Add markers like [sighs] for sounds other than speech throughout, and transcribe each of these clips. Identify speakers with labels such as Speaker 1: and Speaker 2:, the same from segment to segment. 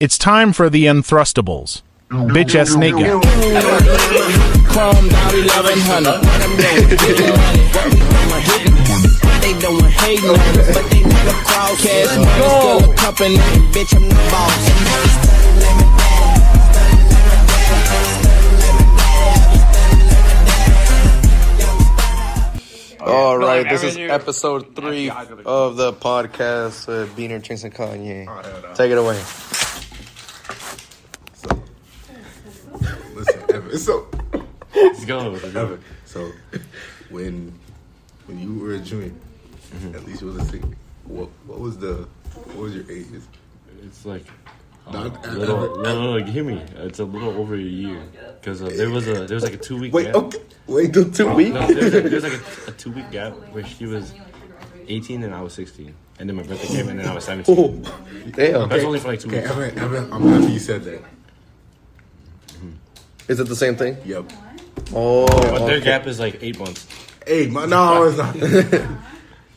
Speaker 1: It's time for the Unthrustables. Bitch ass snake guy.
Speaker 2: Chrome Dolly loving hunter. What I'm doing, getting money. I'm hitting money. They doing hating on us, but they never crowd cash. Money still a company, bitch. I'm the boss.
Speaker 3: All right,
Speaker 4: like,
Speaker 3: this
Speaker 4: I
Speaker 3: is
Speaker 4: mean, you-
Speaker 3: episode three
Speaker 4: eyes are the-
Speaker 3: of the podcast uh, Beaner, Chinks, and Kanye. Take it away.
Speaker 5: So, listen, Evan. So,
Speaker 4: Let's go. Let's go.
Speaker 5: Evan. So, when when you were a junior,
Speaker 3: Mm-hmm.
Speaker 5: at least you was a senior. What what was the what was your ages?
Speaker 4: It's like
Speaker 3: Oh,
Speaker 5: Not-
Speaker 4: a little, no, no, no, hear me. It's a little over a year because uh, there was a there was like a two week
Speaker 5: Wait,
Speaker 4: gap.
Speaker 5: okay. Wait till two weeks.
Speaker 4: No, there was, like, there was like a, a two week gap where she was 18 and I was 16, and then my birthday came and then I was 17.
Speaker 3: Oh, damn.
Speaker 4: That's only for like two
Speaker 5: Okay,
Speaker 4: weeks.
Speaker 5: Evan, Evan, I'm happy you said that.
Speaker 3: Is it the same thing?
Speaker 5: Yep.
Speaker 3: Oh,
Speaker 4: But their
Speaker 3: okay.
Speaker 4: gap is like eight months.
Speaker 5: Hey, my, no, it's
Speaker 3: [laughs]
Speaker 5: not.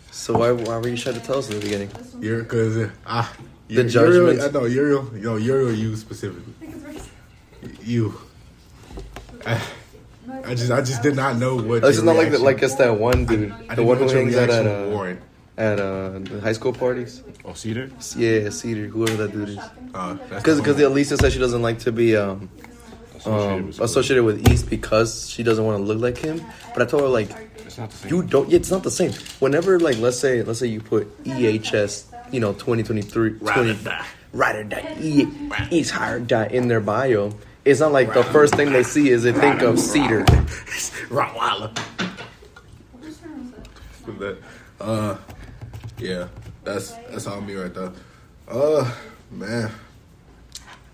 Speaker 3: so why, why were you trying to tell us in the beginning?
Speaker 5: You're because ah,
Speaker 3: The
Speaker 5: Uriel-
Speaker 3: judgment.
Speaker 5: I know Uriel. No, Uriel, you specifically. You. I, I just, I just did not know what.
Speaker 3: It's
Speaker 5: your
Speaker 3: Oh, not like that.
Speaker 5: reaction-
Speaker 3: Like it's that one dude,
Speaker 5: I
Speaker 3: the
Speaker 5: didn't
Speaker 3: one who
Speaker 5: know your
Speaker 3: hangs out at
Speaker 5: reaction
Speaker 3: uh,
Speaker 5: would warrant.
Speaker 3: at uh, the high school parties.
Speaker 4: Oh, Cedar?
Speaker 3: Yeah, Cedar, whoever that dude is.
Speaker 5: Uh, that's the
Speaker 3: Because
Speaker 5: one.
Speaker 3: because Elisa said she doesn't like to be um,
Speaker 4: Associated
Speaker 3: um
Speaker 4: with school.
Speaker 3: associated with East because she doesn't want to look like him. But I told her like
Speaker 4: It's not the same.
Speaker 3: you don't yeah, it's not the same whenever like let's say let's say you put ehs you know 2023 20, ride or die E- east high or die in their bio it's not like the first thing they see is they think of cedar
Speaker 5: Rottweiler. From that. Uh, yeah, that's that's on me right there. Uh, man,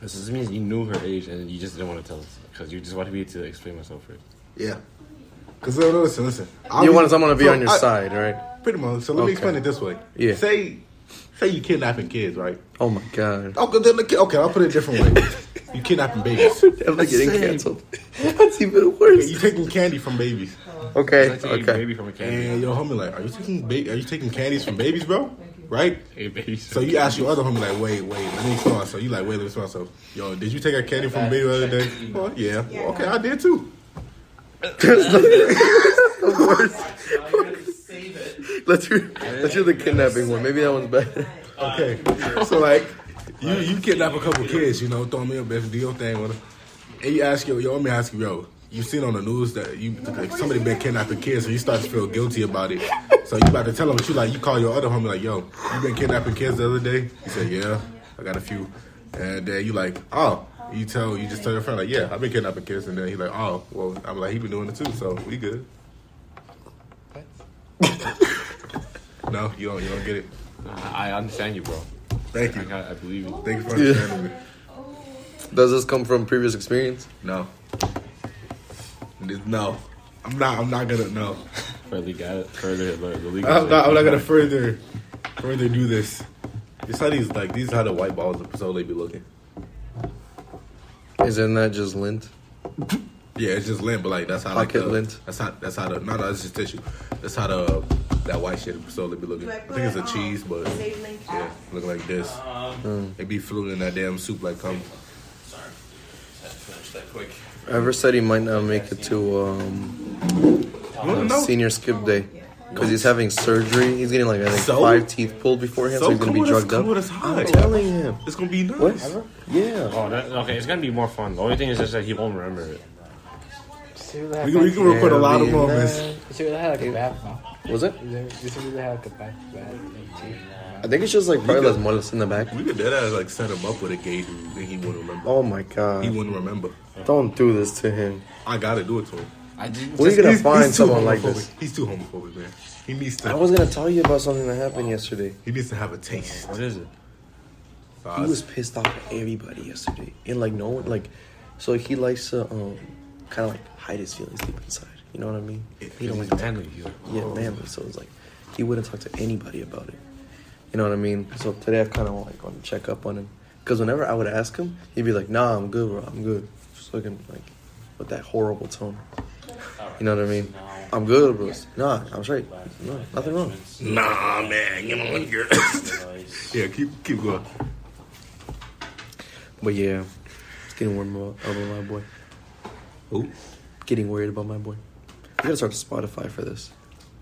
Speaker 4: This just means you knew her age and you just didn't want to tell us because you just wanted me to explain myself first.
Speaker 5: yeah. Cause no, no, listen, listen. I'll
Speaker 3: you want someone to be
Speaker 5: so
Speaker 3: on your
Speaker 5: I-
Speaker 3: side right
Speaker 5: Pretty much. So let
Speaker 3: Okay.
Speaker 5: me explain it this way.
Speaker 3: Yeah.
Speaker 5: Say, say you kidnapping kids, right?
Speaker 3: oh my god
Speaker 5: Okay, then the kid- okay, I'll put it a
Speaker 3: [laughs]
Speaker 5: different way. You kidnapping babies.
Speaker 3: am i getting
Speaker 5: Same.
Speaker 3: canceled [laughs] that's even
Speaker 5: You
Speaker 3: worse
Speaker 5: taking candy from babies,
Speaker 3: okay
Speaker 4: It's like taking a
Speaker 3: okay
Speaker 4: baby from a candy.
Speaker 5: and your homie like, are you taking ba- are you taking candies from babies, bro? Right?
Speaker 4: Hey, baby.
Speaker 5: Eh, So you ask your other homie like, wait, wait, let me explain. So you like, wait, let me explain. So, yo, did you take a candy from baby the other day? Oh yeah. Well, okay, I did too.
Speaker 3: let's hear let's hear the kidnapping one maybe that one's better [laughs]
Speaker 5: Okay. So like, you you kidnap a couple kids, you know, throw me a best deal thing with them, and you ask your your homie ask you, yo, you seen on the news that you like, somebody been kidnapping kids, so you start to feel guilty about it. So you about to tell him, but you like, you call your other homie like, yo, you been kidnapping kids the other day? He said, yeah, I got a few, and then you like, oh. You tell you just tell your friend like yeah I've been kidnapping kids and then he like oh well I'm like he been doing it too so we good. [laughs] no you don't you don't get it.
Speaker 4: I I understand you, bro.
Speaker 5: Thank
Speaker 4: I,
Speaker 5: you.
Speaker 4: got, I believe you.
Speaker 5: Thank you for understanding me.
Speaker 3: does this come from previous experience
Speaker 5: No. No. I'm not I'm not gonna no.
Speaker 4: For legal, further, the legal.
Speaker 5: I'm not I'm not gonna [laughs] further further do this. It's how these like these are how the white balls of so they be looking.
Speaker 3: isn't that just lint
Speaker 5: Yeah, it's just lint, but like that's how like
Speaker 3: Pocket
Speaker 5: the,
Speaker 3: lint.
Speaker 5: That's how that's how the no no it's just tissue. That's how the that white shit of so they be looking. I think it's a cheese, but yeah, look like this. They be floating in that damn soup like um, come.
Speaker 3: Ever said he might not make it to um,
Speaker 5: No,
Speaker 3: uh,
Speaker 5: no.
Speaker 3: senior skip day
Speaker 6: Oh,
Speaker 3: because he's having surgery. He's getting like I think
Speaker 5: So?
Speaker 3: five teeth pulled beforehand, so,
Speaker 5: So
Speaker 3: he's gonna
Speaker 5: come
Speaker 3: be
Speaker 5: with us-
Speaker 3: drugged
Speaker 5: come
Speaker 3: up.
Speaker 5: with us high.
Speaker 3: I'm telling him.
Speaker 5: It's gonna be nice.
Speaker 3: What? Yeah.
Speaker 4: Oh, that, okay. It's gonna be more fun. The only thing is just that he won't remember it.
Speaker 5: We can, we can record a lot of
Speaker 3: It'll be
Speaker 5: moments.
Speaker 3: nice.
Speaker 6: You should really have like a bath, no?
Speaker 3: Was it?
Speaker 6: You should really have like a bath, bath, like tea.
Speaker 3: I think it's just like probably las muelas in the back.
Speaker 5: We could dead ass like set him up with a gay dude and he wouldn't remember.
Speaker 3: Oh my
Speaker 5: He
Speaker 3: god!
Speaker 5: wouldn't remember.
Speaker 3: Don't do this to him.
Speaker 5: I gotta do it to him.
Speaker 4: I didn't.
Speaker 3: Where are you gonna
Speaker 5: He's-
Speaker 3: find
Speaker 5: he's too
Speaker 3: someone like
Speaker 5: homophobic.
Speaker 3: this?
Speaker 5: He's too homophobic, man. He needs to.
Speaker 3: I was gonna tell you about something that
Speaker 5: Oh,
Speaker 3: happened yesterday.
Speaker 5: he needs to have a taste.
Speaker 4: What is it?
Speaker 5: So
Speaker 3: He
Speaker 5: I
Speaker 3: was
Speaker 5: was,
Speaker 3: pissed off at everybody yesterday, and like no one like, so he likes to um, kind of like hide his feelings deep inside. You know what I mean? He don't like to
Speaker 4: manly. He's like,
Speaker 3: Yeah,
Speaker 5: Um,
Speaker 3: manly. So it's like he wouldn't talk to anybody about it. You know what I mean? So today I've kind of like want to check up on him because whenever I would ask him, he'd be like, "Nah, I'm good, bro. I'm good." Just looking like with that horrible tone. You know what I mean? I'm good, bro. Nah, I'm straight. No, nothing wrong.
Speaker 5: [laughs] nah, man. You know what? You're yeah, keep keep going.
Speaker 3: But yeah, it's getting warm about, about my boy.
Speaker 5: Who?
Speaker 3: Getting worried about my boy. We gotta start a Spotify for this.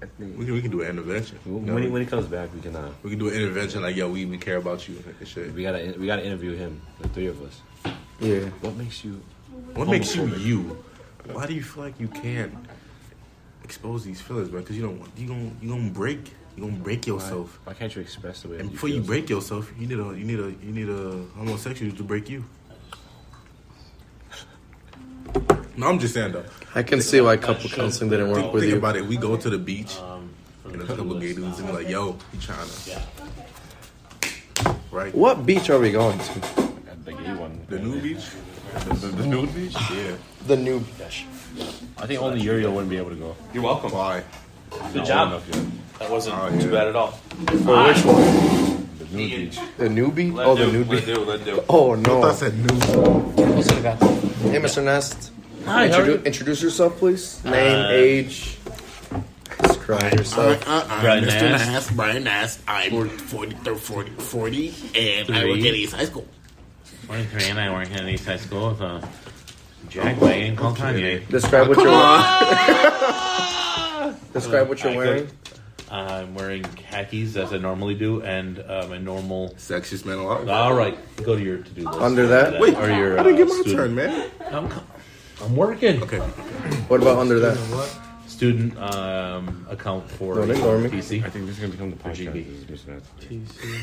Speaker 4: I think.
Speaker 5: We can, we can do an intervention.
Speaker 4: When he, when he comes back, we can. Uh,
Speaker 5: we can do an intervention like, yo, we, we care about you and shit.
Speaker 4: we gotta we gotta interview him. The three of us.
Speaker 3: Yeah.
Speaker 4: What makes you?
Speaker 5: What makes you you? Why do you feel like you can't expose these feelings, man? Because you don't you don't you don't break you don't break yourself.
Speaker 4: Why can't you express the way?
Speaker 5: And before you
Speaker 4: feel?
Speaker 5: break yourself, you need a you need a you need a homosexual to break you. No, I'm just saying though.
Speaker 3: I can see why couple counseling didn't work
Speaker 5: Think,
Speaker 3: with
Speaker 5: think
Speaker 3: you.
Speaker 5: about it. We go to the beach,
Speaker 7: Um,
Speaker 5: and there's a couple gay dudes, and we're like, "Yo, you trying to?" Right?
Speaker 3: What beach are we going to?
Speaker 4: The gay one.
Speaker 5: The new beach?
Speaker 4: The, the new beach.
Speaker 5: Yeah.
Speaker 3: The new beach.
Speaker 4: I think only Uriel wouldn't be able to go.
Speaker 7: You're welcome.
Speaker 5: Why?
Speaker 7: Good
Speaker 4: I don't
Speaker 7: job.
Speaker 4: know if you-
Speaker 7: That wasn't
Speaker 5: Oh,
Speaker 7: too
Speaker 5: yeah.
Speaker 7: bad at all.
Speaker 3: For which one?
Speaker 4: The new beach.
Speaker 3: The new beach?
Speaker 7: Let
Speaker 3: Oh,
Speaker 7: do,
Speaker 3: the new
Speaker 7: let
Speaker 3: beach.
Speaker 7: do, let do.
Speaker 3: Oh
Speaker 5: I
Speaker 3: no.
Speaker 5: said new.
Speaker 6: What's it about?
Speaker 3: Hey, Mr. Nest.
Speaker 7: Hi, how are you? Uh,
Speaker 3: Introdu- introduce yourself, please. Name, age. Describe yourself.
Speaker 7: Brian
Speaker 8: Mr.
Speaker 7: Nast.
Speaker 8: Nass, Brian Nass. I'm 40, 40, 40, and I work
Speaker 7: Three.
Speaker 8: at East High School.
Speaker 7: 23 and I work at East High School with a jack wagon called Kanye.
Speaker 3: Describe what you're. [laughs] Describe what you're
Speaker 7: I
Speaker 3: wearing.
Speaker 7: I'm wearing khakis as I normally do and um, a normal.
Speaker 5: Sexiest man alive.
Speaker 7: All right, go to your to do list.
Speaker 3: Under that?
Speaker 5: Wait,
Speaker 7: or your,
Speaker 5: I didn't get
Speaker 7: uh,
Speaker 5: my
Speaker 7: student.
Speaker 5: turn, man.
Speaker 7: I'm, co- I'm working.
Speaker 5: Okay.
Speaker 3: What about under that?
Speaker 7: Student um, account for
Speaker 3: Don't ignore me.
Speaker 4: I
Speaker 7: TC.
Speaker 4: think this is gonna become the podcast.
Speaker 7: GB.
Speaker 4: This is Mr. Nat.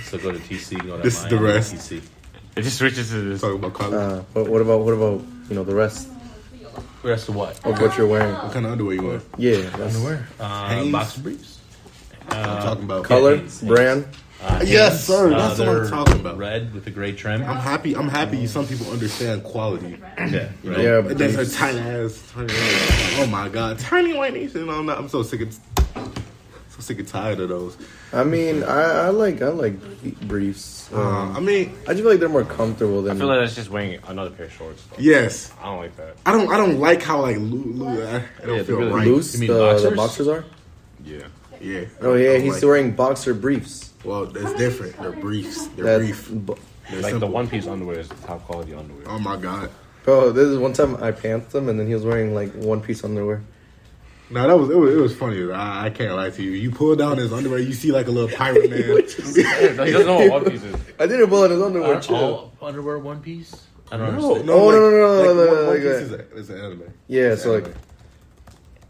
Speaker 7: So go to TC. Go to
Speaker 5: This is
Speaker 7: my
Speaker 5: the rest.
Speaker 7: TC.
Speaker 4: It just switches to this.
Speaker 5: Talking about college.
Speaker 3: Uh, what, what about what about you know the rest
Speaker 7: Rest of what?
Speaker 3: of what you're wearing?
Speaker 5: what kind of underwear you wear?
Speaker 3: Yeah. that's-
Speaker 7: Uh,
Speaker 5: Hanes?
Speaker 7: box briefs.
Speaker 5: I'm talking about
Speaker 3: Color,
Speaker 7: Yeah, it's-
Speaker 3: brand.
Speaker 7: Uh,
Speaker 5: Yes,
Speaker 7: Hanes.
Speaker 5: sir, that's what I'm
Speaker 7: they're
Speaker 5: talking about.
Speaker 7: Red with a gray trim.
Speaker 5: I'm happy. I'm happy. Some people understand quality.
Speaker 7: Yeah, right.
Speaker 3: Yeah,
Speaker 5: But
Speaker 3: but
Speaker 5: that's
Speaker 3: these-
Speaker 5: a tiny ass. Tiny ass. Oh my god, tiny white nation. I'm, not, I'm so sick of. So sick and tired of those.
Speaker 3: I mean, I, I like I like briefs.
Speaker 5: Uh,
Speaker 3: Um,
Speaker 5: I mean,
Speaker 3: I just feel like they're more comfortable
Speaker 4: I
Speaker 3: than.
Speaker 4: feel like that's just wearing another pair of shorts. though.
Speaker 5: yes.
Speaker 4: I don't like that.
Speaker 5: I don't. I don't like how like loo, loo, I, I don't
Speaker 4: Yeah,
Speaker 5: feel
Speaker 4: they're really
Speaker 5: right.
Speaker 3: Loose,
Speaker 7: You mean
Speaker 3: the, the
Speaker 7: boxers?
Speaker 3: boxers are.
Speaker 5: Yeah. Yeah.
Speaker 3: Oh yeah,
Speaker 5: I'm
Speaker 3: he's
Speaker 5: like,
Speaker 3: wearing boxer briefs.
Speaker 5: Well, that's different. They're briefs. They're
Speaker 3: That,
Speaker 5: brief.
Speaker 3: bu-
Speaker 5: They're
Speaker 4: Like the
Speaker 5: simple.
Speaker 4: one piece underwear is the top quality underwear.
Speaker 5: Oh my god.
Speaker 3: bro, this is one time I pants him, and then he was wearing like one piece underwear.
Speaker 5: No, that was it was, it was funny. I, I can't lie to you. You pull down his underwear, you see like a little
Speaker 3: [laughs]
Speaker 5: pirate man.
Speaker 4: No, he doesn't know what one piece is.
Speaker 3: I didn't pull out his underwear.
Speaker 7: Aren't
Speaker 3: chill.
Speaker 7: all underwear one piece? I don't
Speaker 5: No,
Speaker 7: understand.
Speaker 5: no,
Speaker 3: Oh,
Speaker 5: like,
Speaker 3: no, no, no,
Speaker 5: like,
Speaker 3: no,
Speaker 5: One-
Speaker 3: no,
Speaker 5: One
Speaker 3: like
Speaker 5: Piece
Speaker 3: that.
Speaker 5: is a- is an anime.
Speaker 3: Yeah,
Speaker 5: It's
Speaker 3: so
Speaker 5: anime.
Speaker 3: like,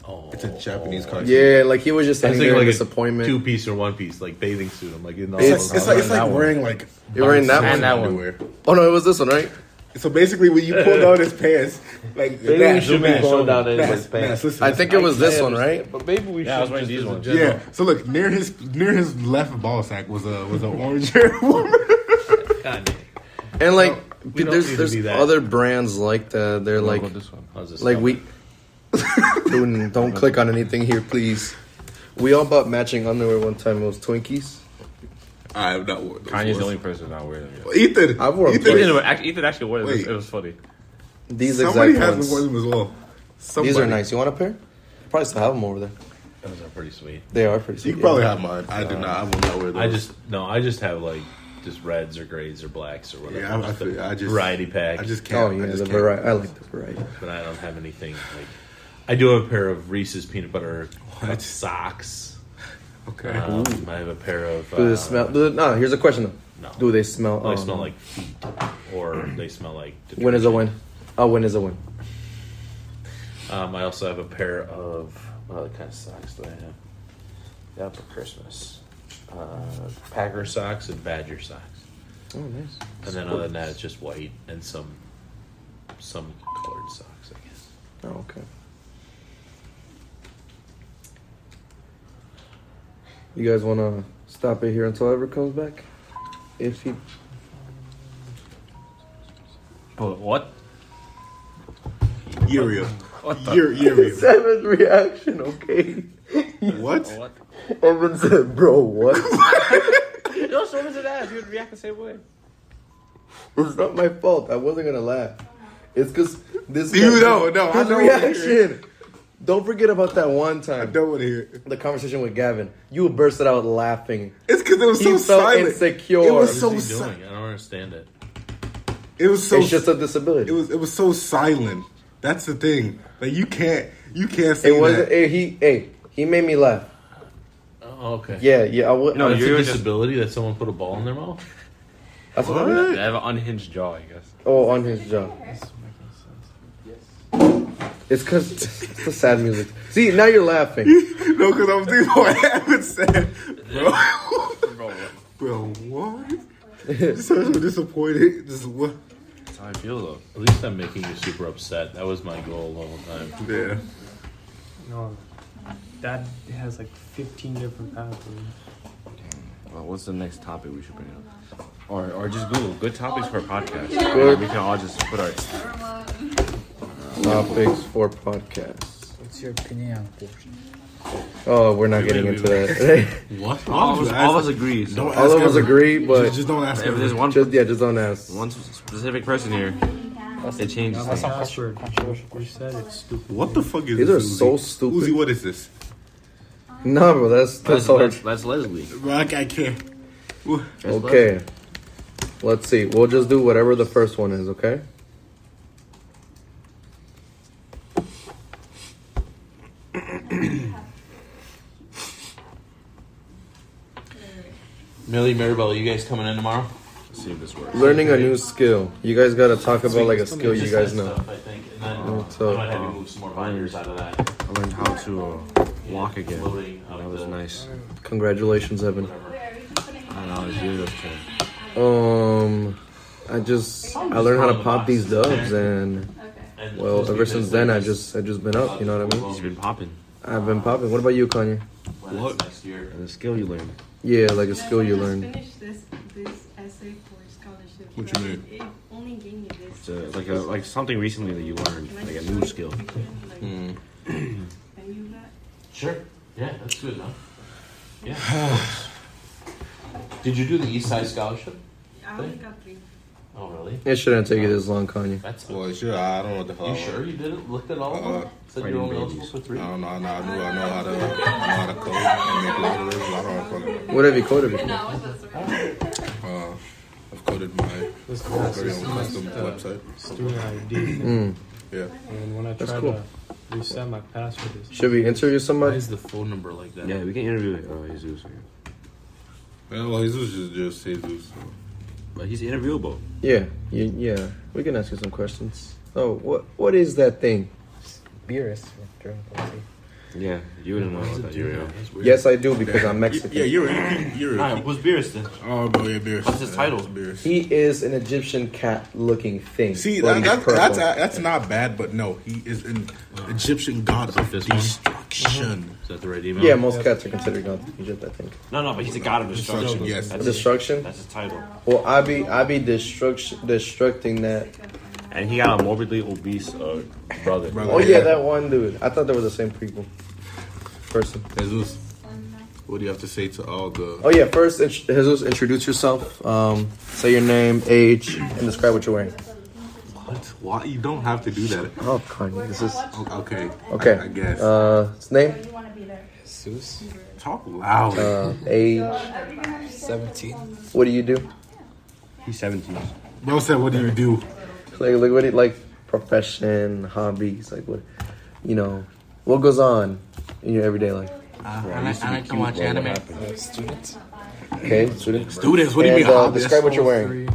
Speaker 7: Oh,
Speaker 5: it's a Japanese
Speaker 7: oh.
Speaker 5: cartoon.
Speaker 3: yeah, like he was just
Speaker 7: I
Speaker 3: standing
Speaker 7: think
Speaker 3: there
Speaker 7: like
Speaker 3: in
Speaker 7: a
Speaker 3: disappointment.
Speaker 7: two piece or one piece, like bathing suit. I'm like, in all
Speaker 5: it's,
Speaker 7: those-
Speaker 5: like it's like it's like wearing like
Speaker 3: You're wearing
Speaker 5: boxers
Speaker 3: that one.
Speaker 4: And that one.
Speaker 5: underwear.
Speaker 3: Oh no, it was this one, right?
Speaker 5: So basically, when you pull down his pants, like that,
Speaker 7: should be
Speaker 5: that,
Speaker 7: pulling down
Speaker 5: that,
Speaker 7: anybody's
Speaker 5: that,
Speaker 7: pants.
Speaker 5: that, listen,
Speaker 3: I
Speaker 5: listen.
Speaker 3: think it was this one, right?
Speaker 7: But maybe we
Speaker 4: Yeah, I was wearing these ones.
Speaker 7: just-
Speaker 5: Yeah. So look near his near his left ball sack was a was an orange [laughs] hair woman.
Speaker 7: God damn.
Speaker 3: And like,
Speaker 7: we don't need
Speaker 3: there's
Speaker 7: to
Speaker 3: there's
Speaker 7: be that.
Speaker 3: other brands like that. They're like
Speaker 4: What about this one?
Speaker 7: How's this
Speaker 3: like
Speaker 7: sound?
Speaker 3: we. [laughs] Dude, don't click on anything here, please. We all bought matching underwear one time. It was Twinkies.
Speaker 5: I'm not wearing those
Speaker 4: Kanye's the only
Speaker 5: ones.
Speaker 4: person not wearing them.
Speaker 5: Ethan.
Speaker 3: I've worn
Speaker 5: Ethan.
Speaker 3: Ethan-
Speaker 4: Ethan actually, Ethan actually wore
Speaker 5: Wait.
Speaker 4: this. It was funny.
Speaker 3: These
Speaker 5: Somebody
Speaker 3: exact
Speaker 5: has
Speaker 3: ones.
Speaker 5: one as well.
Speaker 3: These are
Speaker 5: Somebody.
Speaker 3: nice. You want a pair? Probably still have them over there.
Speaker 7: Those are pretty sweet.
Speaker 3: They are pretty.
Speaker 5: You
Speaker 3: sweet,
Speaker 5: probably
Speaker 3: yeah. Uh,
Speaker 5: have mine. I do not. I will not wear those.
Speaker 7: I just no, I just have like just reds or grays or blacks or whatever.
Speaker 5: Yeah, I- I feel- I just-
Speaker 7: variety pack.
Speaker 5: I just can't.
Speaker 3: Oh yeah,
Speaker 5: I just
Speaker 3: the
Speaker 5: can't.
Speaker 3: variety. I like the variety.
Speaker 7: but I don't have anything like. I do have a pair of Reese's peanut butter socks.
Speaker 5: Okay.
Speaker 7: Um, I have a pair of.
Speaker 3: Do
Speaker 7: uh,
Speaker 3: they smell? Do they, nah, here's a question. though.
Speaker 7: No.
Speaker 3: Do they smell?
Speaker 7: They
Speaker 3: um,
Speaker 7: smell like feet, or they smell like.
Speaker 3: When is a win? A win is a win.
Speaker 7: Um, I also have a pair of. What other kind of socks do I have? Yeah, for Christmas. Uh, Packer socks and Badger socks,
Speaker 3: Oh, nice.
Speaker 7: and then uh, other than that, it's just white and some, some colored socks, I guess.
Speaker 3: Oh, okay. You guys want to stop it here until Ever comes back? If he,
Speaker 4: But what?
Speaker 5: Uriel. Ur- Uriel.
Speaker 3: [laughs] Seven's reaction, okay.
Speaker 5: What?
Speaker 4: What?
Speaker 3: [laughs] Evan said, "Bro, what?
Speaker 5: [laughs]
Speaker 4: No, so was it ass. You would react the same way.
Speaker 3: it's not my fault. I wasn't gonna laugh. It's because this.
Speaker 5: [laughs] You know, no, I
Speaker 3: his
Speaker 5: know.
Speaker 3: reaction. Don't forget about that one time.
Speaker 5: Don't want to hear. it.
Speaker 3: The conversation with Gavin. You bursted out laughing.
Speaker 5: It's because it was
Speaker 3: He
Speaker 5: so
Speaker 3: felt
Speaker 5: silent.
Speaker 3: insecure.
Speaker 5: It was
Speaker 7: What
Speaker 5: so
Speaker 7: is he
Speaker 5: si-
Speaker 7: doing? I don't understand it.
Speaker 5: It was so.
Speaker 3: it's just a disability.
Speaker 5: it was. It was so silent. That's the thing. Like you can't. You can't say
Speaker 3: It wasn't.
Speaker 5: that.
Speaker 3: eh, he hey, he made me laugh.
Speaker 7: Oh, okay.
Speaker 3: Yeah, yeah. I would.
Speaker 7: No,
Speaker 3: I
Speaker 7: it's a
Speaker 3: would-
Speaker 7: disability that someone put a ball in their mouth.
Speaker 3: I forgot-
Speaker 4: [laughs] They have an unhinged jaw, I guess.
Speaker 3: Oh, on his job. It's cause [laughs] it's the sad music. See, now you're laughing.
Speaker 5: no, because I'm thinking what happened said, [laughs] bro. bro, what? I'm so disappointed. Just what?
Speaker 7: That's how I feel though. At least I'm making you super upset. That was my goal the whole time.
Speaker 5: Yeah.
Speaker 9: No, that has like 15 different pathways.
Speaker 4: Well, what's the next topic we should bring up? Or, or just Google good topics for a podcast.
Speaker 3: Good.
Speaker 4: We can all just put our.
Speaker 3: Topics for podcasts.
Speaker 6: What's your opinion on this?
Speaker 3: Oh, we're not getting into that.
Speaker 5: What?
Speaker 4: All of us, all of us agree. So
Speaker 5: Don't
Speaker 3: [laughs] All
Speaker 5: ask
Speaker 3: of us
Speaker 5: every-
Speaker 3: agree, but
Speaker 5: Just, just don't ask.
Speaker 4: if there's
Speaker 5: every-
Speaker 4: one
Speaker 3: just yeah, just don't ask.
Speaker 4: one specific person here, it changes.
Speaker 6: That's
Speaker 4: things.
Speaker 6: not controversial.
Speaker 9: You said it's stupid.
Speaker 5: What the fuck is
Speaker 3: These
Speaker 5: this?
Speaker 3: are so
Speaker 5: Uzi?
Speaker 3: stupid.
Speaker 5: Uzi, what is this?
Speaker 3: No, bro, that's that's
Speaker 4: That's,
Speaker 3: hard.
Speaker 4: that's, that's Leslie.
Speaker 5: Bro, I, I can't. Wha-
Speaker 4: That's Leslie.
Speaker 3: Okay, let's see. We'll just do whatever the first one is. Okay.
Speaker 7: Millie Mirabelle, you guys coming in tomorrow?
Speaker 4: Let's see if this works.
Speaker 3: Learning a new skill. You guys gotta talk about like a skill you
Speaker 7: Just
Speaker 3: guys
Speaker 7: that
Speaker 3: know.
Speaker 7: Stuff, I think, and then
Speaker 3: so-
Speaker 7: I
Speaker 4: Um,
Speaker 7: might have you move some more binders out of that.
Speaker 4: I learned how to uh, walk again.
Speaker 7: Floating out
Speaker 4: That
Speaker 7: of
Speaker 4: was
Speaker 7: the-
Speaker 4: nice.
Speaker 3: Congratulations, Evan.
Speaker 4: I know, it's really okay.
Speaker 3: Um, I just I learned how to pop these dubs, and
Speaker 7: And
Speaker 3: well,
Speaker 7: just
Speaker 3: ever
Speaker 7: because
Speaker 3: since then I
Speaker 7: it's
Speaker 3: just I just been up. You know what I mean?
Speaker 4: He's been popping.
Speaker 3: I've been popping. What about you, Kanye?
Speaker 7: when it's
Speaker 4: What?
Speaker 7: next year.
Speaker 4: And the skill you learned.
Speaker 3: Yeah, like a skill you learned.
Speaker 10: Finish this this essay for scholarship.
Speaker 5: What you mean?
Speaker 10: It only gave me this.
Speaker 4: It's uh like a like something recently that you learned, like a new skill.
Speaker 10: Mm.
Speaker 5: Hmm.
Speaker 10: And you got
Speaker 7: Sure. Yeah, that's good enough.
Speaker 4: [sighs]
Speaker 7: Yeah. of course. Did you do the East Side Scholarship?
Speaker 10: I only got three.
Speaker 7: Oh, really?
Speaker 3: It shouldn't take you this long, Kanye.
Speaker 7: That's
Speaker 5: Well, sure. I don't know what the hell.
Speaker 7: You sure you did it? Looked at all of
Speaker 5: Uh,
Speaker 7: them? Said you were only eligible for
Speaker 5: I
Speaker 7: three?
Speaker 5: don't know. I know, I know, I know how to. I know how to code and make algorithms. I don't know. fucking-
Speaker 3: What have you coded before?
Speaker 5: Uh, I've coded my
Speaker 9: This
Speaker 5: very own custom website.
Speaker 9: student ID thing.
Speaker 3: Mm.
Speaker 5: Yeah.
Speaker 9: And when I
Speaker 3: That's
Speaker 9: tried
Speaker 3: cool.
Speaker 9: to reset my password, it's
Speaker 3: Should we interview
Speaker 7: Why
Speaker 3: somebody?
Speaker 7: is the phone number like that?
Speaker 4: Yeah, we can interview uh, Jesus, here.
Speaker 5: Yeah, well, Jesus is just Jesus. So.
Speaker 4: but he's interviewable.
Speaker 3: Yeah, y- yeah. We can ask you some questions. Oh, what what is that thing?
Speaker 6: beer is from German policy.
Speaker 4: Yeah, you wouldn't know about that. You're real.
Speaker 7: That's weird.
Speaker 3: Yes, I do because I'm
Speaker 5: Yeah,
Speaker 3: Mexican.
Speaker 5: you're right. You're
Speaker 7: All right,
Speaker 5: right.
Speaker 7: what's Beerus then?
Speaker 5: Oh, bro, yeah, beer.
Speaker 7: What's his title?
Speaker 5: Beer.
Speaker 3: He is an Egyptian cat-looking thing.
Speaker 5: See,
Speaker 3: but
Speaker 5: that,
Speaker 3: he's
Speaker 5: that's
Speaker 3: purple.
Speaker 5: that's uh, that's not bad, but no, he is an Egyptian god of
Speaker 7: this one?
Speaker 5: destruction.
Speaker 7: Is that the right email?
Speaker 3: yeah, most cats are considered gods of Egypt, I think.
Speaker 4: No, no, but he's a god of destruction.
Speaker 5: Destruction, yes.
Speaker 4: That's his,
Speaker 3: Destruction.
Speaker 4: that's his title.
Speaker 3: Well, I be I be destruct destructing that.
Speaker 4: And he got a morbidly obese uh, brother.
Speaker 5: Brother.
Speaker 3: Oh yeah, that one dude. I thought they were the same people. Person.
Speaker 5: Jesus, what do you have to say to all the?
Speaker 3: Oh yeah, first int- Jesus, introduce yourself. Um, say your name, age, and describe what you're wearing.
Speaker 5: What? Why you don't have to do that?
Speaker 3: Oh, Kanye, this is
Speaker 5: O- Oh, Okay.
Speaker 3: okay.
Speaker 5: I, I guess.
Speaker 3: Uh, his name,
Speaker 10: You want to be there.
Speaker 6: Seuss,
Speaker 5: Talk loud.
Speaker 3: uh, age.
Speaker 6: 17.
Speaker 3: What do you do?
Speaker 4: He's 17.
Speaker 5: Bro said, "What do you do?"
Speaker 3: Like, like what? Do you, like profession, hobbies, like what? You know, what goes on in your everyday life?
Speaker 4: I like, I like to watch anime.
Speaker 6: Uh, student,
Speaker 3: Okay, students.
Speaker 5: Students, what do you
Speaker 3: And
Speaker 5: mean?
Speaker 3: uh,
Speaker 5: hobbies?
Speaker 3: describe what you're wearing.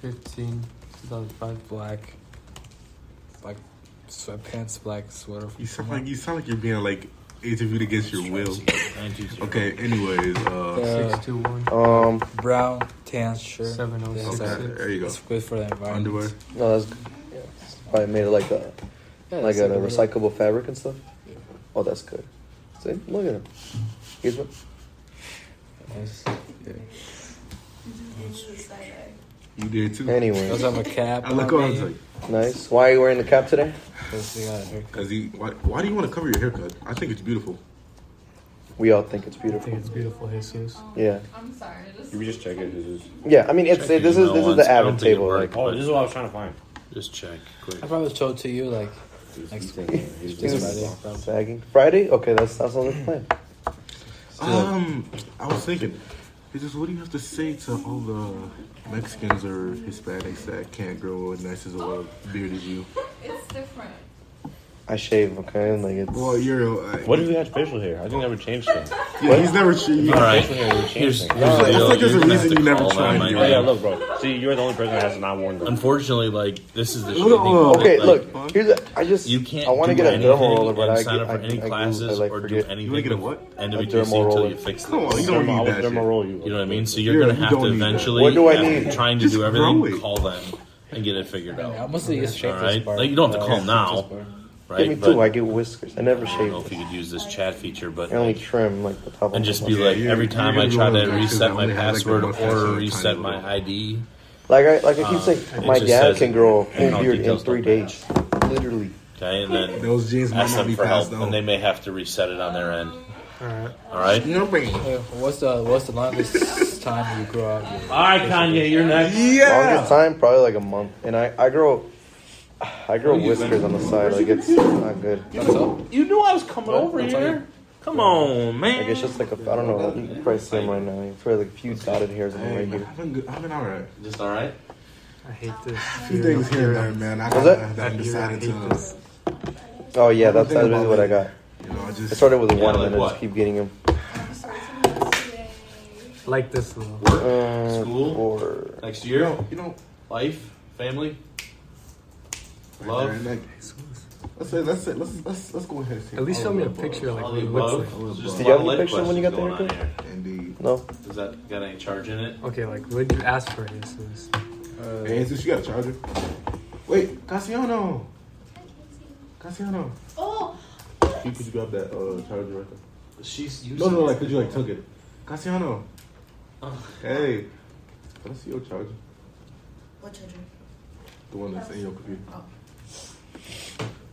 Speaker 6: 15, 2005, black. Black sweatpants, black sweater.
Speaker 5: You sound like you sound like you're being like interviewed against your will.
Speaker 7: Okay.
Speaker 5: Okay. Anyways, uh,
Speaker 6: Uh,
Speaker 9: 621.
Speaker 3: Um,
Speaker 6: brown tan shirt.
Speaker 9: 706.
Speaker 6: That's-
Speaker 5: there you
Speaker 6: It's
Speaker 5: go.
Speaker 6: good for the environment.
Speaker 5: Underwear.
Speaker 3: no, that's probably made of like a
Speaker 6: Yeah,
Speaker 3: like
Speaker 6: it's
Speaker 3: a
Speaker 6: good.
Speaker 3: recyclable fabric and stuff. Oh, that's good. See, look at him. He's what?
Speaker 6: Yes.
Speaker 5: You did
Speaker 7: Mm.
Speaker 5: too.
Speaker 3: Anyway,
Speaker 6: Does have a cap.
Speaker 5: I look
Speaker 6: on
Speaker 5: over. I was
Speaker 6: me,
Speaker 5: like,
Speaker 3: nice. Why are you wearing the cap today?
Speaker 6: 'cause they got a haircut.
Speaker 5: Cause he, why, why do you want to cover your haircut? I think it's beautiful.
Speaker 3: We all think it's
Speaker 9: I
Speaker 3: beautiful.
Speaker 9: think it's beautiful, Jesus.
Speaker 3: Yeah,
Speaker 10: I'm sorry. Just
Speaker 4: Can we just check it? Jesus?
Speaker 3: yeah. I mean, it's this
Speaker 7: Check your
Speaker 3: is this
Speaker 7: email
Speaker 3: is the
Speaker 7: once. I don't
Speaker 3: avid
Speaker 7: think it
Speaker 3: table. Like,
Speaker 7: worked.
Speaker 4: Oh, this is what I was trying to find.
Speaker 7: Just check quick.
Speaker 6: I probably told to you like
Speaker 4: He's
Speaker 6: next
Speaker 4: thinking, he's
Speaker 6: this
Speaker 4: thinking.
Speaker 6: Friday.
Speaker 3: sagging. Friday. Okay, that's that's on the plan.
Speaker 5: Um, I was thinking, It's just what do you have to say to all the Mexicans or Hispanics that can't grow as nice as a wild beard as you?
Speaker 10: It's different.
Speaker 3: I shave, okay? Like it's.
Speaker 5: Well, you're. Uh,
Speaker 4: What if you had facial hair? I think that would change things.
Speaker 5: Yeah, he's never. Ch- you-
Speaker 4: All right. Here's, here's
Speaker 5: It's like- it's like there's a reason you never tried.
Speaker 4: Oh yeah, look, bro. See, you're the only person that has not worn them.
Speaker 7: Unfortunately, like this is the shitty
Speaker 3: Look,
Speaker 7: thing.
Speaker 3: look, okay,
Speaker 7: like,
Speaker 3: look. Here's a, I just
Speaker 7: You can't.
Speaker 3: I want to
Speaker 7: do
Speaker 3: get a
Speaker 7: anything
Speaker 3: dermal roller, but
Speaker 7: and
Speaker 3: I
Speaker 7: sign
Speaker 3: get
Speaker 7: up
Speaker 3: I,
Speaker 7: for any
Speaker 3: I,
Speaker 7: classes
Speaker 3: I, like
Speaker 7: or do
Speaker 3: forget.
Speaker 7: anything. You want to get a what?
Speaker 3: dermal
Speaker 7: NWTC until
Speaker 3: roller.
Speaker 7: you fix this.
Speaker 3: Come on, you don't need that shit.
Speaker 7: roll you. You know what I mean? So you're
Speaker 3: Yeah,
Speaker 7: gonna
Speaker 3: you
Speaker 7: have to
Speaker 3: don't need that.
Speaker 7: eventually.
Speaker 3: What do I
Speaker 7: after
Speaker 3: need?
Speaker 7: Trying to
Speaker 3: Just
Speaker 7: do
Speaker 3: grow
Speaker 7: everything.
Speaker 3: it.
Speaker 7: Call them and get it figured out.
Speaker 6: I must have just
Speaker 7: All
Speaker 6: shaped this
Speaker 7: right.
Speaker 6: bar.
Speaker 7: Like you don't have to
Speaker 6: Yeah,
Speaker 7: call
Speaker 6: shape
Speaker 7: now,
Speaker 6: this bar.
Speaker 7: right?
Speaker 3: me
Speaker 7: But
Speaker 3: too. I get whiskers. I never
Speaker 7: I
Speaker 3: shave.
Speaker 7: don't know if you could use this chat feature, but
Speaker 3: I only trim like the top.
Speaker 7: and
Speaker 3: of
Speaker 7: just
Speaker 3: my
Speaker 7: be
Speaker 3: head.
Speaker 7: like every time I try to reset my
Speaker 5: only had, like, the
Speaker 7: password
Speaker 5: one
Speaker 7: or
Speaker 5: password
Speaker 7: reset my ID.
Speaker 3: Like I like I keep
Speaker 7: Um,
Speaker 3: saying,
Speaker 7: it
Speaker 3: my
Speaker 7: just
Speaker 3: dad
Speaker 7: says
Speaker 3: can
Speaker 7: it.
Speaker 3: grow a
Speaker 7: And
Speaker 3: full
Speaker 7: all
Speaker 3: beard in
Speaker 7: details
Speaker 3: three days, literally.
Speaker 7: Okay, and then
Speaker 5: Those jeans might
Speaker 7: ask
Speaker 5: not
Speaker 7: them
Speaker 5: be
Speaker 7: for help,
Speaker 5: passed on.
Speaker 7: and they may have to reset it on their end.
Speaker 6: All right.
Speaker 7: All right.
Speaker 6: Hey, what's the what's the longest [laughs] time you grow out? Your,
Speaker 7: All right, Kanye, you're next.
Speaker 3: Longest time, probably like a month. And I I grow, I grow whiskers on the side. Like it's not good.
Speaker 6: that's all.
Speaker 7: You knew I was coming over here. Come on,
Speaker 3: Like
Speaker 7: man.
Speaker 3: it's just like a, I don't know. You can probably see them right now. It's probably like a few dotted hairs on my
Speaker 5: Hey,
Speaker 3: right
Speaker 5: man,
Speaker 3: here.
Speaker 5: I've been good. I've been alright.
Speaker 7: Just all right.
Speaker 11: I hate this.
Speaker 5: Few things here and there, man. I
Speaker 3: Was
Speaker 5: got-
Speaker 3: it?
Speaker 5: I have decided
Speaker 11: I hate
Speaker 5: to.
Speaker 11: this.
Speaker 3: Oh yeah, that's
Speaker 5: Think
Speaker 3: that's
Speaker 5: about
Speaker 3: really what
Speaker 5: it.
Speaker 3: I got.
Speaker 5: You know, I
Speaker 3: I
Speaker 5: just.
Speaker 3: started with
Speaker 7: Yeah,
Speaker 3: one
Speaker 7: like
Speaker 3: and then I
Speaker 7: what?
Speaker 3: just keep getting them.
Speaker 11: Like this one.
Speaker 3: Uh,
Speaker 7: School?
Speaker 3: Four.
Speaker 7: Next year,
Speaker 5: You know,
Speaker 7: life, family,
Speaker 5: right
Speaker 7: love,
Speaker 5: there, like, let's say, let's say, let's let's let's go ahead. and see
Speaker 11: At least show
Speaker 5: all
Speaker 11: me a
Speaker 5: of the
Speaker 11: picture of like
Speaker 7: all
Speaker 11: what
Speaker 7: the
Speaker 11: it looks
Speaker 7: above.
Speaker 11: like.
Speaker 5: All of
Speaker 7: Just
Speaker 5: the
Speaker 7: a
Speaker 3: above.
Speaker 7: lot
Speaker 3: Did
Speaker 7: of
Speaker 3: you have any picture
Speaker 7: life
Speaker 3: when you got
Speaker 7: questions going
Speaker 3: the
Speaker 7: on here.
Speaker 5: above. Indeed.
Speaker 3: No.
Speaker 7: Does that got any charge in it?
Speaker 11: Okay, like what did you ask for Jesus? uh,
Speaker 5: Hey, Jesus, you got a charger? Wait, Cassiano. Cassiano.
Speaker 10: Oh,
Speaker 5: Could you grab that uh, charger right there?
Speaker 7: She's using
Speaker 5: No, no, like, could you, like, tuck it? Cassiano. Hey. Can I see your charger?
Speaker 10: what charger? Oh.
Speaker 5: The one that's in your computer.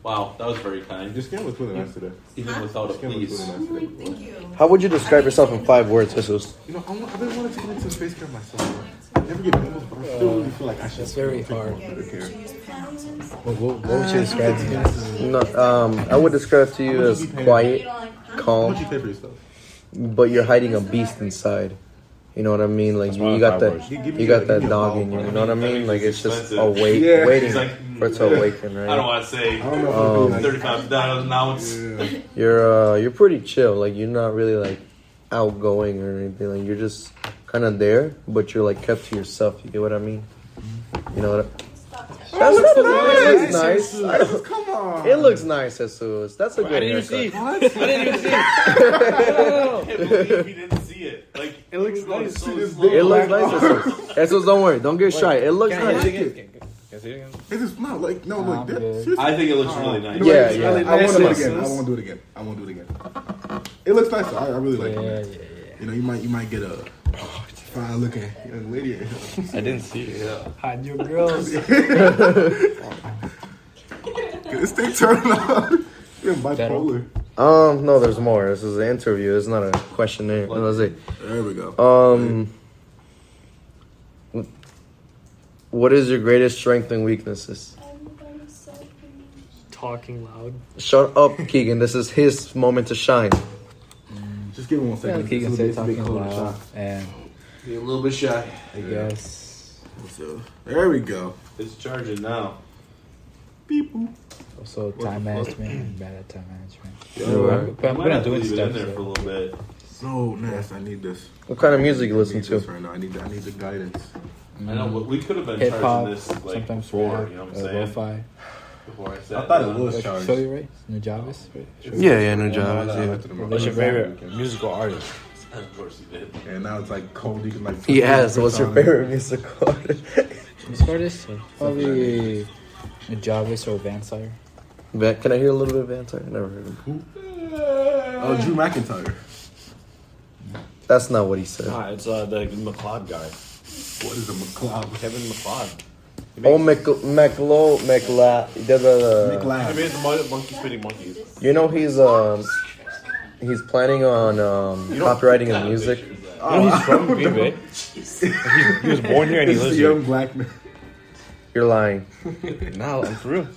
Speaker 7: Wow, that was very kind.
Speaker 5: Your skin was really nice today.
Speaker 7: Even without a
Speaker 5: Your skin was
Speaker 7: please.
Speaker 5: really nice today.
Speaker 10: Thank you.
Speaker 3: How would you describe yourself in five words, Jesus?
Speaker 5: You know, I want, I've been wanting to go into space care myself. I never get animals, but I still really feel like I should.
Speaker 6: That's very hard.
Speaker 5: Take care. Uh,
Speaker 10: Use pants.
Speaker 6: What, what, what would you describe to me?
Speaker 3: No. Um, I would describe to you as quiet,
Speaker 5: How
Speaker 3: calm,
Speaker 5: much you pay for yourself?
Speaker 3: but you're hiding a beast inside. You know what I mean? Like you,
Speaker 4: why
Speaker 3: you got
Speaker 4: five
Speaker 3: that,
Speaker 4: words.
Speaker 5: Give- give me
Speaker 3: you got
Speaker 5: your- give
Speaker 3: that
Speaker 5: me your
Speaker 3: dog
Speaker 5: ball,
Speaker 3: in you.
Speaker 5: bro.
Speaker 3: You know what I mean? Like it's just
Speaker 7: expensive.
Speaker 3: awake,
Speaker 5: Yeah.
Speaker 3: waiting
Speaker 7: He's like,
Speaker 3: for it to awaken,
Speaker 7: I don't
Speaker 3: right?
Speaker 7: want to say
Speaker 3: Oh
Speaker 5: I don't know if
Speaker 6: Oh.
Speaker 5: it'd be like-
Speaker 7: $35 an ounce.
Speaker 5: Yeah.
Speaker 3: You're uh, you're pretty chill. Like you're not really like outgoing or anything. Like you're just kind of there, but you're like kept to yourself. You get what I mean? You know what? I- That's it looks nice. I
Speaker 5: [laughs]
Speaker 3: don't-
Speaker 5: Come on.
Speaker 3: It looks nice, Jesus. That's a good
Speaker 7: didn't even
Speaker 3: haircut.
Speaker 5: What?
Speaker 7: see
Speaker 5: I didn't even see
Speaker 7: I can't believe he didn't see it. Like, it looks nice. So
Speaker 5: this
Speaker 7: slow.
Speaker 3: It looks nice, Jesus. Jesus, don't worry. Don't get shy. It looks nice.
Speaker 5: It is not like no,
Speaker 6: Nah,
Speaker 5: like
Speaker 6: I'm good.
Speaker 5: that. seriously.
Speaker 7: I think it looks
Speaker 5: Uh,
Speaker 7: really nice.
Speaker 5: you know what,
Speaker 3: Yeah,
Speaker 5: it's
Speaker 3: yeah.
Speaker 5: really nice. I won't do it
Speaker 7: Yes.
Speaker 5: again. I won't do it again. I won't do it again. It looks nice. I, I really like
Speaker 6: Yeah,
Speaker 5: it.
Speaker 6: yeah,
Speaker 5: You know, you might you might get a fine looking young lady.
Speaker 7: I didn't see it. Yeah.
Speaker 6: yeah. Hide your girls. [laughs]
Speaker 5: this thing turned out. [laughs] You're bipolar.
Speaker 3: Um, no, there's more. This is an interview. It's not a questionnaire. No, that's it.
Speaker 5: There we go.
Speaker 3: Um, what is your greatest strength and weaknesses?
Speaker 11: Talking loud.
Speaker 3: Shut up, Keegan. This is his moment to shine.
Speaker 5: Just give him one second.
Speaker 6: Keegan
Speaker 5: It's a
Speaker 6: said
Speaker 5: little bit-
Speaker 6: talking
Speaker 5: it's a bit cold
Speaker 6: loud,
Speaker 5: shot.
Speaker 6: and
Speaker 7: Be a little bit shy.
Speaker 6: I guess
Speaker 5: So, there we go.
Speaker 7: It's charging now.
Speaker 5: Beep boop.
Speaker 6: also time management. I'm bad at time management.
Speaker 3: You are.
Speaker 6: But I'm
Speaker 7: Might
Speaker 6: gonna
Speaker 7: have to
Speaker 6: do it
Speaker 7: leave it in
Speaker 6: stuff.
Speaker 7: there for a
Speaker 6: so-
Speaker 7: little bit.
Speaker 5: No, Ness, I need this.
Speaker 3: What kind of music you
Speaker 5: I
Speaker 3: listen
Speaker 5: need this
Speaker 3: to?
Speaker 5: right now. I need the, I need the guidance.
Speaker 7: I know but we could have been
Speaker 6: mm-hmm. Hip
Speaker 7: charging
Speaker 6: hop,
Speaker 7: this like
Speaker 6: sometimes
Speaker 7: before,
Speaker 6: rap,
Speaker 7: you know what I'm
Speaker 6: uh,
Speaker 7: saying?
Speaker 6: lo-fi.
Speaker 7: Before I said
Speaker 5: was
Speaker 6: Like, so you right? Nujavis, right?
Speaker 3: Yeah, yeah, no
Speaker 6: What's your favorite
Speaker 4: musical artist?
Speaker 7: Of course you did.
Speaker 5: And now it's like cold. You can like.
Speaker 3: He asked, "What's your favorite musical?" [laughs] artist?"
Speaker 6: Music artist? Probably Nujavis or Vansire.
Speaker 3: Van- Can I hear a little bit of Van Tire? I never heard him.
Speaker 5: Oh, Drew McIntyre.
Speaker 3: That's not what he said.
Speaker 4: Ah, it's uh, the McLeod guy,
Speaker 5: What is a McLeod?
Speaker 4: Kevin McLeod.
Speaker 3: Oh, Mc- McLo, McLa, da, da, da.
Speaker 4: I
Speaker 5: McLeod.
Speaker 4: mean, the mon- monkey spitting [laughs] monkeys.
Speaker 3: You know he's um he's planning on um copywriting his music.
Speaker 4: You know, he's from Green Bay. He, he was born here and he
Speaker 5: It's a
Speaker 4: lives
Speaker 5: young
Speaker 4: here.
Speaker 5: black man.
Speaker 3: You're lying.
Speaker 4: No, I'm for real.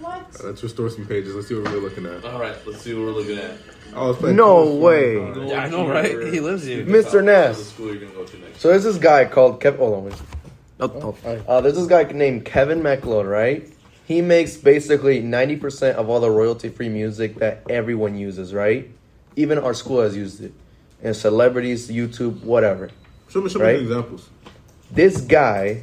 Speaker 10: What?
Speaker 5: [laughs] Let's restore some pages. Let's see what we're looking at.
Speaker 7: All right, let's see what we're looking at.
Speaker 5: I was Oh, playing
Speaker 3: No
Speaker 5: Cold Stone.
Speaker 3: way.
Speaker 7: Yeah, I know, right? He lives here.
Speaker 3: Mr.
Speaker 7: The
Speaker 3: Ness.
Speaker 7: school you're gonna go to next.
Speaker 3: So there's this guy called Kevin. Hold on. wait. Oh, Uh, there's this guy named Kevin McLeod, right? He makes basically 90% of all the royalty free music that everyone uses, right? Even our school has used it. And celebrities, YouTube, whatever.
Speaker 5: Show me, show
Speaker 3: Right?
Speaker 5: me examples.
Speaker 3: This guy,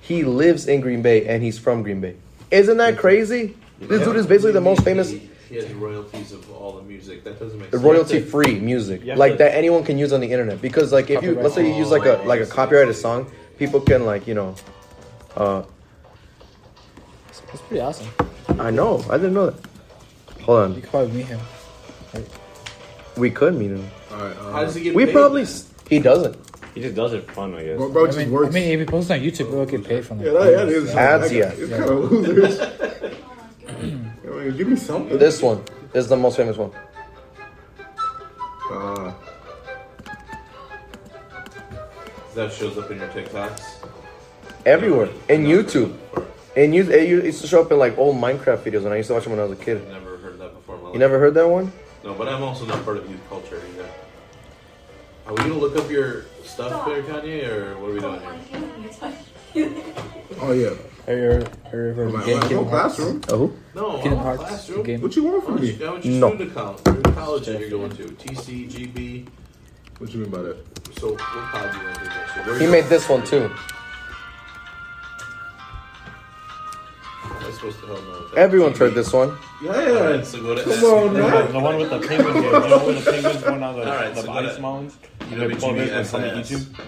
Speaker 3: he lives in Green Bay and he's from Green Bay. Isn't that crazy? This dude is basically the most famous
Speaker 7: He, he has royalties of all the music. That doesn't make sense.
Speaker 3: royalty free music
Speaker 7: You have
Speaker 3: like
Speaker 7: to-
Speaker 3: that anyone can use on the internet because like if you let's say you use like a like a copyrighted song people can like you know uh
Speaker 6: It's, it's pretty awesome.
Speaker 3: i know i didn't know that hold
Speaker 6: You
Speaker 3: on
Speaker 6: could probably meet him.
Speaker 3: we could meet him
Speaker 5: All right, uh,
Speaker 7: How does he get
Speaker 3: we
Speaker 7: paid
Speaker 3: probably
Speaker 7: then?
Speaker 3: s- he doesn't
Speaker 4: He just does it for fun, I guess.
Speaker 5: bro, bro
Speaker 6: I
Speaker 5: just
Speaker 6: mean,
Speaker 5: works.
Speaker 6: I mean, if he posts on YouTube, we'll get paid from that.
Speaker 5: yeah, that, that is
Speaker 3: Ads,
Speaker 5: I-
Speaker 3: yeah.
Speaker 5: [laughs] It's kind of
Speaker 3: [laughs]
Speaker 5: losers. I mean, give me something.
Speaker 3: this one is the most famous one
Speaker 5: Uh,
Speaker 7: That shows up in your TikToks.
Speaker 3: everywhere in youtube and you it used to show up in like old minecraft videos and i used to watch them when i was a kid
Speaker 7: Never heard that before. in my
Speaker 3: you
Speaker 7: life.
Speaker 3: never heard that one
Speaker 7: No, but I'm also not part of youth culture either. Are we gonna look up your stuff there, Kanye, or what are we doing here?
Speaker 5: oh yeah.
Speaker 6: Have you ever heard of her
Speaker 5: My,
Speaker 6: gay
Speaker 5: my
Speaker 6: kid
Speaker 5: whole
Speaker 6: in hearts?
Speaker 5: classroom.
Speaker 3: oh
Speaker 7: No,
Speaker 6: Kid
Speaker 7: I'm
Speaker 6: in
Speaker 7: a
Speaker 6: hearts. The
Speaker 7: classroom.
Speaker 6: game.
Speaker 5: What you want
Speaker 7: Why
Speaker 5: from
Speaker 7: don't you,
Speaker 5: me?
Speaker 7: why don't you
Speaker 3: No.
Speaker 7: student account? Your college that you're going to? TCGB.
Speaker 5: What you mean by that?
Speaker 7: So what college you going to next year? Where
Speaker 3: he
Speaker 7: you-
Speaker 3: made this one too
Speaker 7: Am I supposed to help know?
Speaker 3: everyone's heard this one
Speaker 7: All
Speaker 5: Yeah.
Speaker 7: right, so go to
Speaker 5: Come on,
Speaker 12: The,
Speaker 5: man.
Speaker 12: the one with the penguins. You know when the penguins going on the,
Speaker 7: Alright,
Speaker 12: the
Speaker 7: so go
Speaker 12: ice
Speaker 7: to-
Speaker 12: mountains?
Speaker 7: You know,
Speaker 12: They pull this and send it to
Speaker 7: YouTube.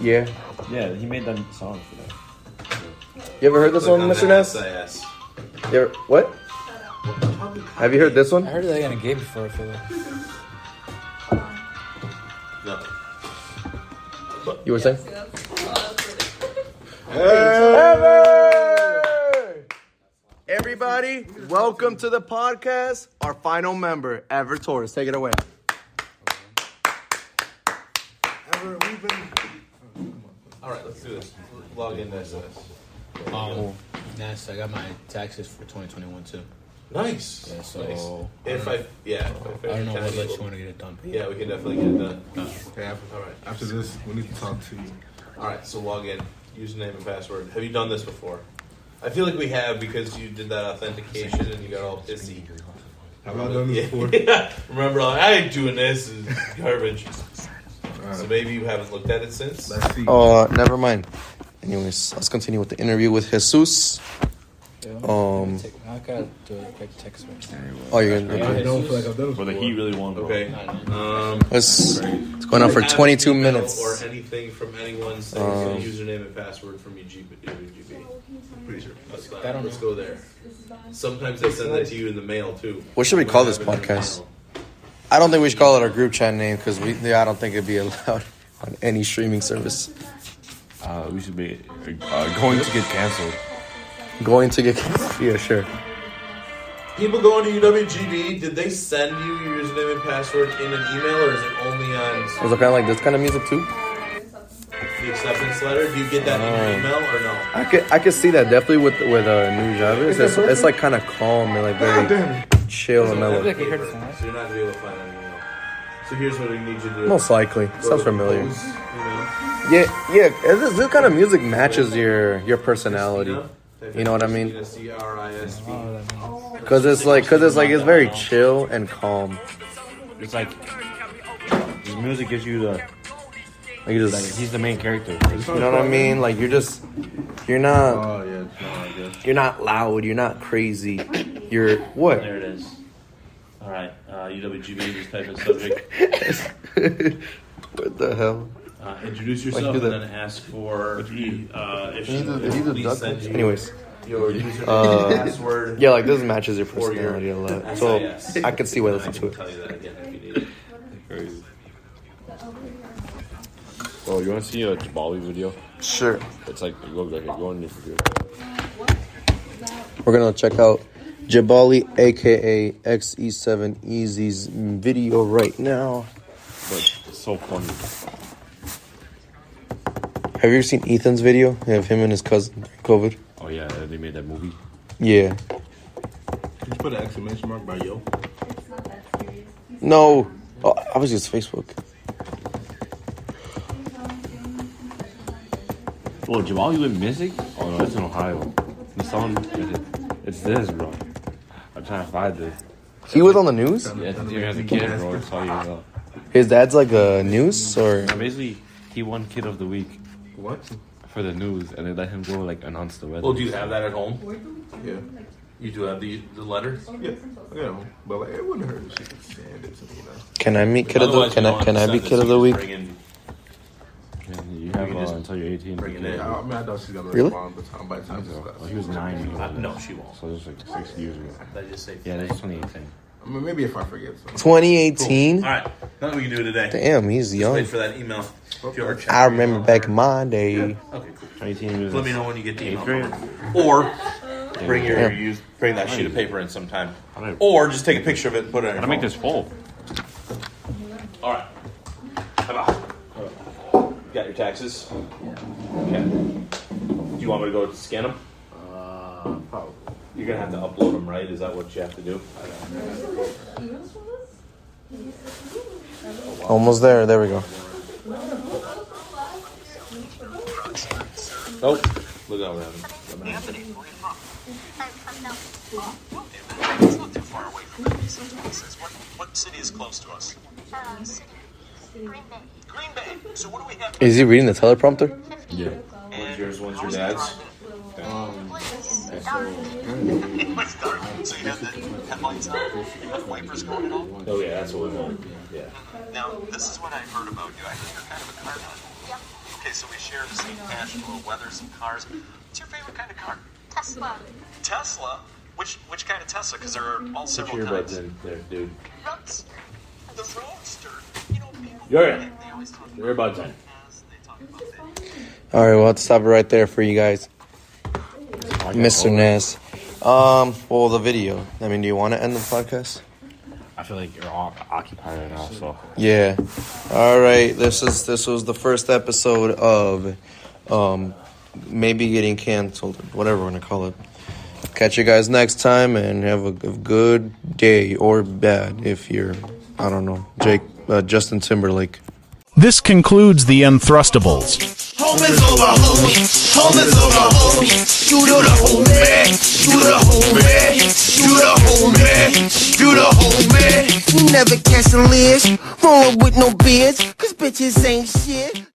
Speaker 3: yeah
Speaker 12: Yeah, he made them songs for that.
Speaker 3: you ever heard this one mr ness
Speaker 7: SIS.
Speaker 3: you ever, what have you heard this
Speaker 6: I
Speaker 3: one
Speaker 6: heard of that in a game before. I feel like.
Speaker 7: No.
Speaker 3: you were saying Everybody, welcome to the podcast. Our final member, Ever Torres. Take it away.
Speaker 7: All right, let's do this. Log in to SIS.
Speaker 6: Um, nice. I got my taxes for 2021 too.
Speaker 7: Nice.
Speaker 6: Yeah, so
Speaker 7: If I, yeah. If
Speaker 6: I don't know
Speaker 7: Kanye-
Speaker 6: what lets you want to get it done.
Speaker 7: Yeah, we can definitely get it done.
Speaker 5: Okay, after,
Speaker 7: All right.
Speaker 5: after this, we need to talk to you.
Speaker 7: All right, so log in, username and password. Have you done this before? I feel like we have because you did that authentication and you got all pissy.
Speaker 5: Have I
Speaker 7: [laughs]
Speaker 5: done this [laughs] before?
Speaker 7: Remember, like, I ain't doing this. It's garbage. So
Speaker 5: Alright.
Speaker 7: maybe you haven't looked at it since.
Speaker 5: Let's see.
Speaker 3: Uh, never mind. Anyways, let's continue with the interview with Jesus. Um,
Speaker 6: I gotta do a quick text right now.
Speaker 3: Oh, you're gonna
Speaker 5: I don't feel like I've done this
Speaker 12: But
Speaker 5: before.
Speaker 12: the Heat really won. Bro.
Speaker 7: Okay. Um,
Speaker 3: It's, it's going on for
Speaker 7: have an
Speaker 3: 22
Speaker 7: email
Speaker 3: minutes.
Speaker 7: Or anything from anyone saying
Speaker 3: Um,
Speaker 7: the username and password from your GB. GB. Pretty sure. Let's, not-
Speaker 6: I don't
Speaker 7: let's
Speaker 6: know.
Speaker 7: go there. Sometimes they send that to you in the mail too.
Speaker 3: What should we call this
Speaker 7: happened in the
Speaker 3: podcast?
Speaker 7: mail.
Speaker 3: I don't think we should call it our group chat name because we. yeah, I don't think it'd be allowed [laughs] on any streaming service.
Speaker 12: Uh, we should be uh, going to get canceled.
Speaker 3: Going to get [laughs] yeah, sure.
Speaker 7: People going to UWGB, did they send you your username and password in an email, or is it only on
Speaker 3: Was it kind of like this kind of music too?
Speaker 7: the acceptance letter? Do you get that in your email or no?
Speaker 3: Oh. I could I could see that definitely with with uh, new Javis. It's, it's like kind of calm and like
Speaker 5: God
Speaker 3: very
Speaker 5: damn it.
Speaker 3: chill and
Speaker 7: It's on
Speaker 3: mellow.
Speaker 6: like I heard
Speaker 7: paper,
Speaker 6: something.
Speaker 7: So you're not gonna be able to find it in your email. So here's what we need you to do.
Speaker 3: Most likely,
Speaker 7: Go
Speaker 3: sounds
Speaker 7: to
Speaker 3: familiar.
Speaker 7: Compose, you know,
Speaker 3: Yeah, yeah. and This, this kind of music matches your your personality.
Speaker 7: Christina. Type
Speaker 3: You
Speaker 7: in
Speaker 3: know what I mean?
Speaker 7: Christina, C-R-I-S-V.
Speaker 3: Cause it's like cause it's like it's very chill and calm.
Speaker 12: It's like his music gives you the
Speaker 3: Like you
Speaker 12: like
Speaker 3: just
Speaker 12: he's the main character.
Speaker 3: you know what I mean? Like you're just you're not
Speaker 5: Oh yeah, no, I guess.
Speaker 3: you're not loud. You're not crazy. You're what?
Speaker 4: There it is. All right, uh, UWGB, just type
Speaker 7: [laughs]
Speaker 4: in subject.
Speaker 3: What the hell?
Speaker 4: Uh, introduce
Speaker 3: Like,
Speaker 4: yourself
Speaker 3: do
Speaker 4: and
Speaker 3: that.
Speaker 4: then ask for the, uh, if
Speaker 3: He's a,
Speaker 4: if
Speaker 3: he's a
Speaker 4: we
Speaker 3: duck.
Speaker 4: send you
Speaker 3: Anyways,
Speaker 7: Your username
Speaker 3: Uh,
Speaker 7: and password.
Speaker 3: yeah, like this matches your
Speaker 7: Or your
Speaker 3: personality a lot. So
Speaker 7: SIS.
Speaker 3: I can see why that's
Speaker 7: I
Speaker 3: into
Speaker 7: can
Speaker 3: it.
Speaker 7: tell you that again if you need it.
Speaker 4: Bro, Oh, you want to see a Jabali video?
Speaker 3: Sure.
Speaker 4: It's like go right here, go on your computer.
Speaker 3: We're gonna check out Jabali, aka XE7 E Easy's video right now.
Speaker 4: But it's so funny.
Speaker 3: Have you ever seen Ethan's video of him and his cousin during COVID?
Speaker 4: Oh yeah, they made that movie.
Speaker 3: Yeah.
Speaker 5: Did you put an exclamation mark by yo?
Speaker 3: No. Oh, obviously, it's Facebook.
Speaker 4: Well, Jamal, you in Mystic? Oh no, it's in Ohio. The song, it- it's this, bro. I'm trying to find this.
Speaker 3: He was on the news?
Speaker 4: Yeah, since you as a kid, bro. It's all you know.
Speaker 3: His dad's like a news or.
Speaker 4: Now, basically, he won Kid of the Week.
Speaker 5: What?
Speaker 4: For the news, and they let him go like announce the weather.
Speaker 7: Well, do you have that at home?
Speaker 5: Yeah.
Speaker 7: You do have the the letter.
Speaker 5: Yeah. I got one. But like, it wouldn't hurt if she could send it to me. Now.
Speaker 3: Can I meet kid of the
Speaker 7: Otherwise,
Speaker 3: Can
Speaker 7: you
Speaker 3: I
Speaker 7: don't
Speaker 3: can I
Speaker 7: have to
Speaker 3: be
Speaker 7: send
Speaker 3: kid
Speaker 7: it,
Speaker 3: of the
Speaker 7: you just
Speaker 3: week?
Speaker 7: bring in-
Speaker 4: And you have
Speaker 7: You
Speaker 4: uh,
Speaker 7: just
Speaker 4: until you're 18.
Speaker 7: bring it
Speaker 4: to
Speaker 7: in.
Speaker 4: get
Speaker 5: I mean, I doubt she's gonna
Speaker 3: Really?
Speaker 5: respond by the time by the time.
Speaker 4: So, well,
Speaker 5: She
Speaker 4: he was nine years
Speaker 7: Uh,
Speaker 4: old.
Speaker 7: no, she won't.
Speaker 4: So this was like six years ago.
Speaker 7: Did I just say
Speaker 4: Yeah, that's 2018.
Speaker 5: I mean, maybe if I forget something.
Speaker 3: 2018.
Speaker 7: All right, nothing we can do today.
Speaker 3: Damn, he's
Speaker 7: Just
Speaker 3: young.
Speaker 7: wait for that email. If you are checking
Speaker 3: I
Speaker 7: your
Speaker 3: remember
Speaker 7: email.
Speaker 3: back in my day.
Speaker 4: 2018 was.
Speaker 7: Let me know when you get the
Speaker 4: Eighth
Speaker 7: email,
Speaker 4: grade?
Speaker 7: or bring your
Speaker 3: Yeah.
Speaker 7: use bring that sheet of
Speaker 4: do that.
Speaker 7: paper in sometime,
Speaker 4: How do I-
Speaker 7: or just take a picture of it and put it. On
Speaker 4: How
Speaker 7: your
Speaker 4: to make
Speaker 7: phone.
Speaker 4: this full?
Speaker 7: All right. Bye-bye. Got your taxes? Yeah. Do you want me to go scan them? Uh, probably. You're gonna have to upload them, right? Is that what you have to do?
Speaker 3: Almost there. There we go.
Speaker 7: Nope. Look over at them.
Speaker 3: Is he reading the teleprompter?
Speaker 4: Yeah.
Speaker 7: When's yours? When's your dad's?
Speaker 13: Um, uh,
Speaker 7: Oh yeah, that's what we want. Yeah.
Speaker 13: Now, this is what I heard about you. I think you're kind of a car nut. Okay, so we share the same passion for weather, some cars. What's your favorite kind of car? Tesla. Tesla? Which which kind of Tesla? Because there are all
Speaker 7: Put
Speaker 13: several
Speaker 7: your
Speaker 13: kinds.
Speaker 7: earbuds in there, dude.
Speaker 13: Roadster. The Roadster.
Speaker 7: You're in. Your earbuds in.
Speaker 3: All right, well, I'll stop it right there for you guys, Mr. Ness. Um, well, the video. I mean, do you want to end the podcast?
Speaker 4: I feel like you're all occupied uh, right now, so.
Speaker 3: Yeah. All right. This is this was the first episode of, um, maybe getting canceled, whatever we're gonna call it. Catch you guys next time, and have a g- good day or bad if you're, I don't know, Jake, uh, Justin Timberlake.
Speaker 1: This concludes the Unthrustables.
Speaker 2: Home is over, homie. Home is over, homie. You do the homie. You the homie. You the homie. You the homie. Never catch a list. Rolling with no beards. Cause bitches ain't shit.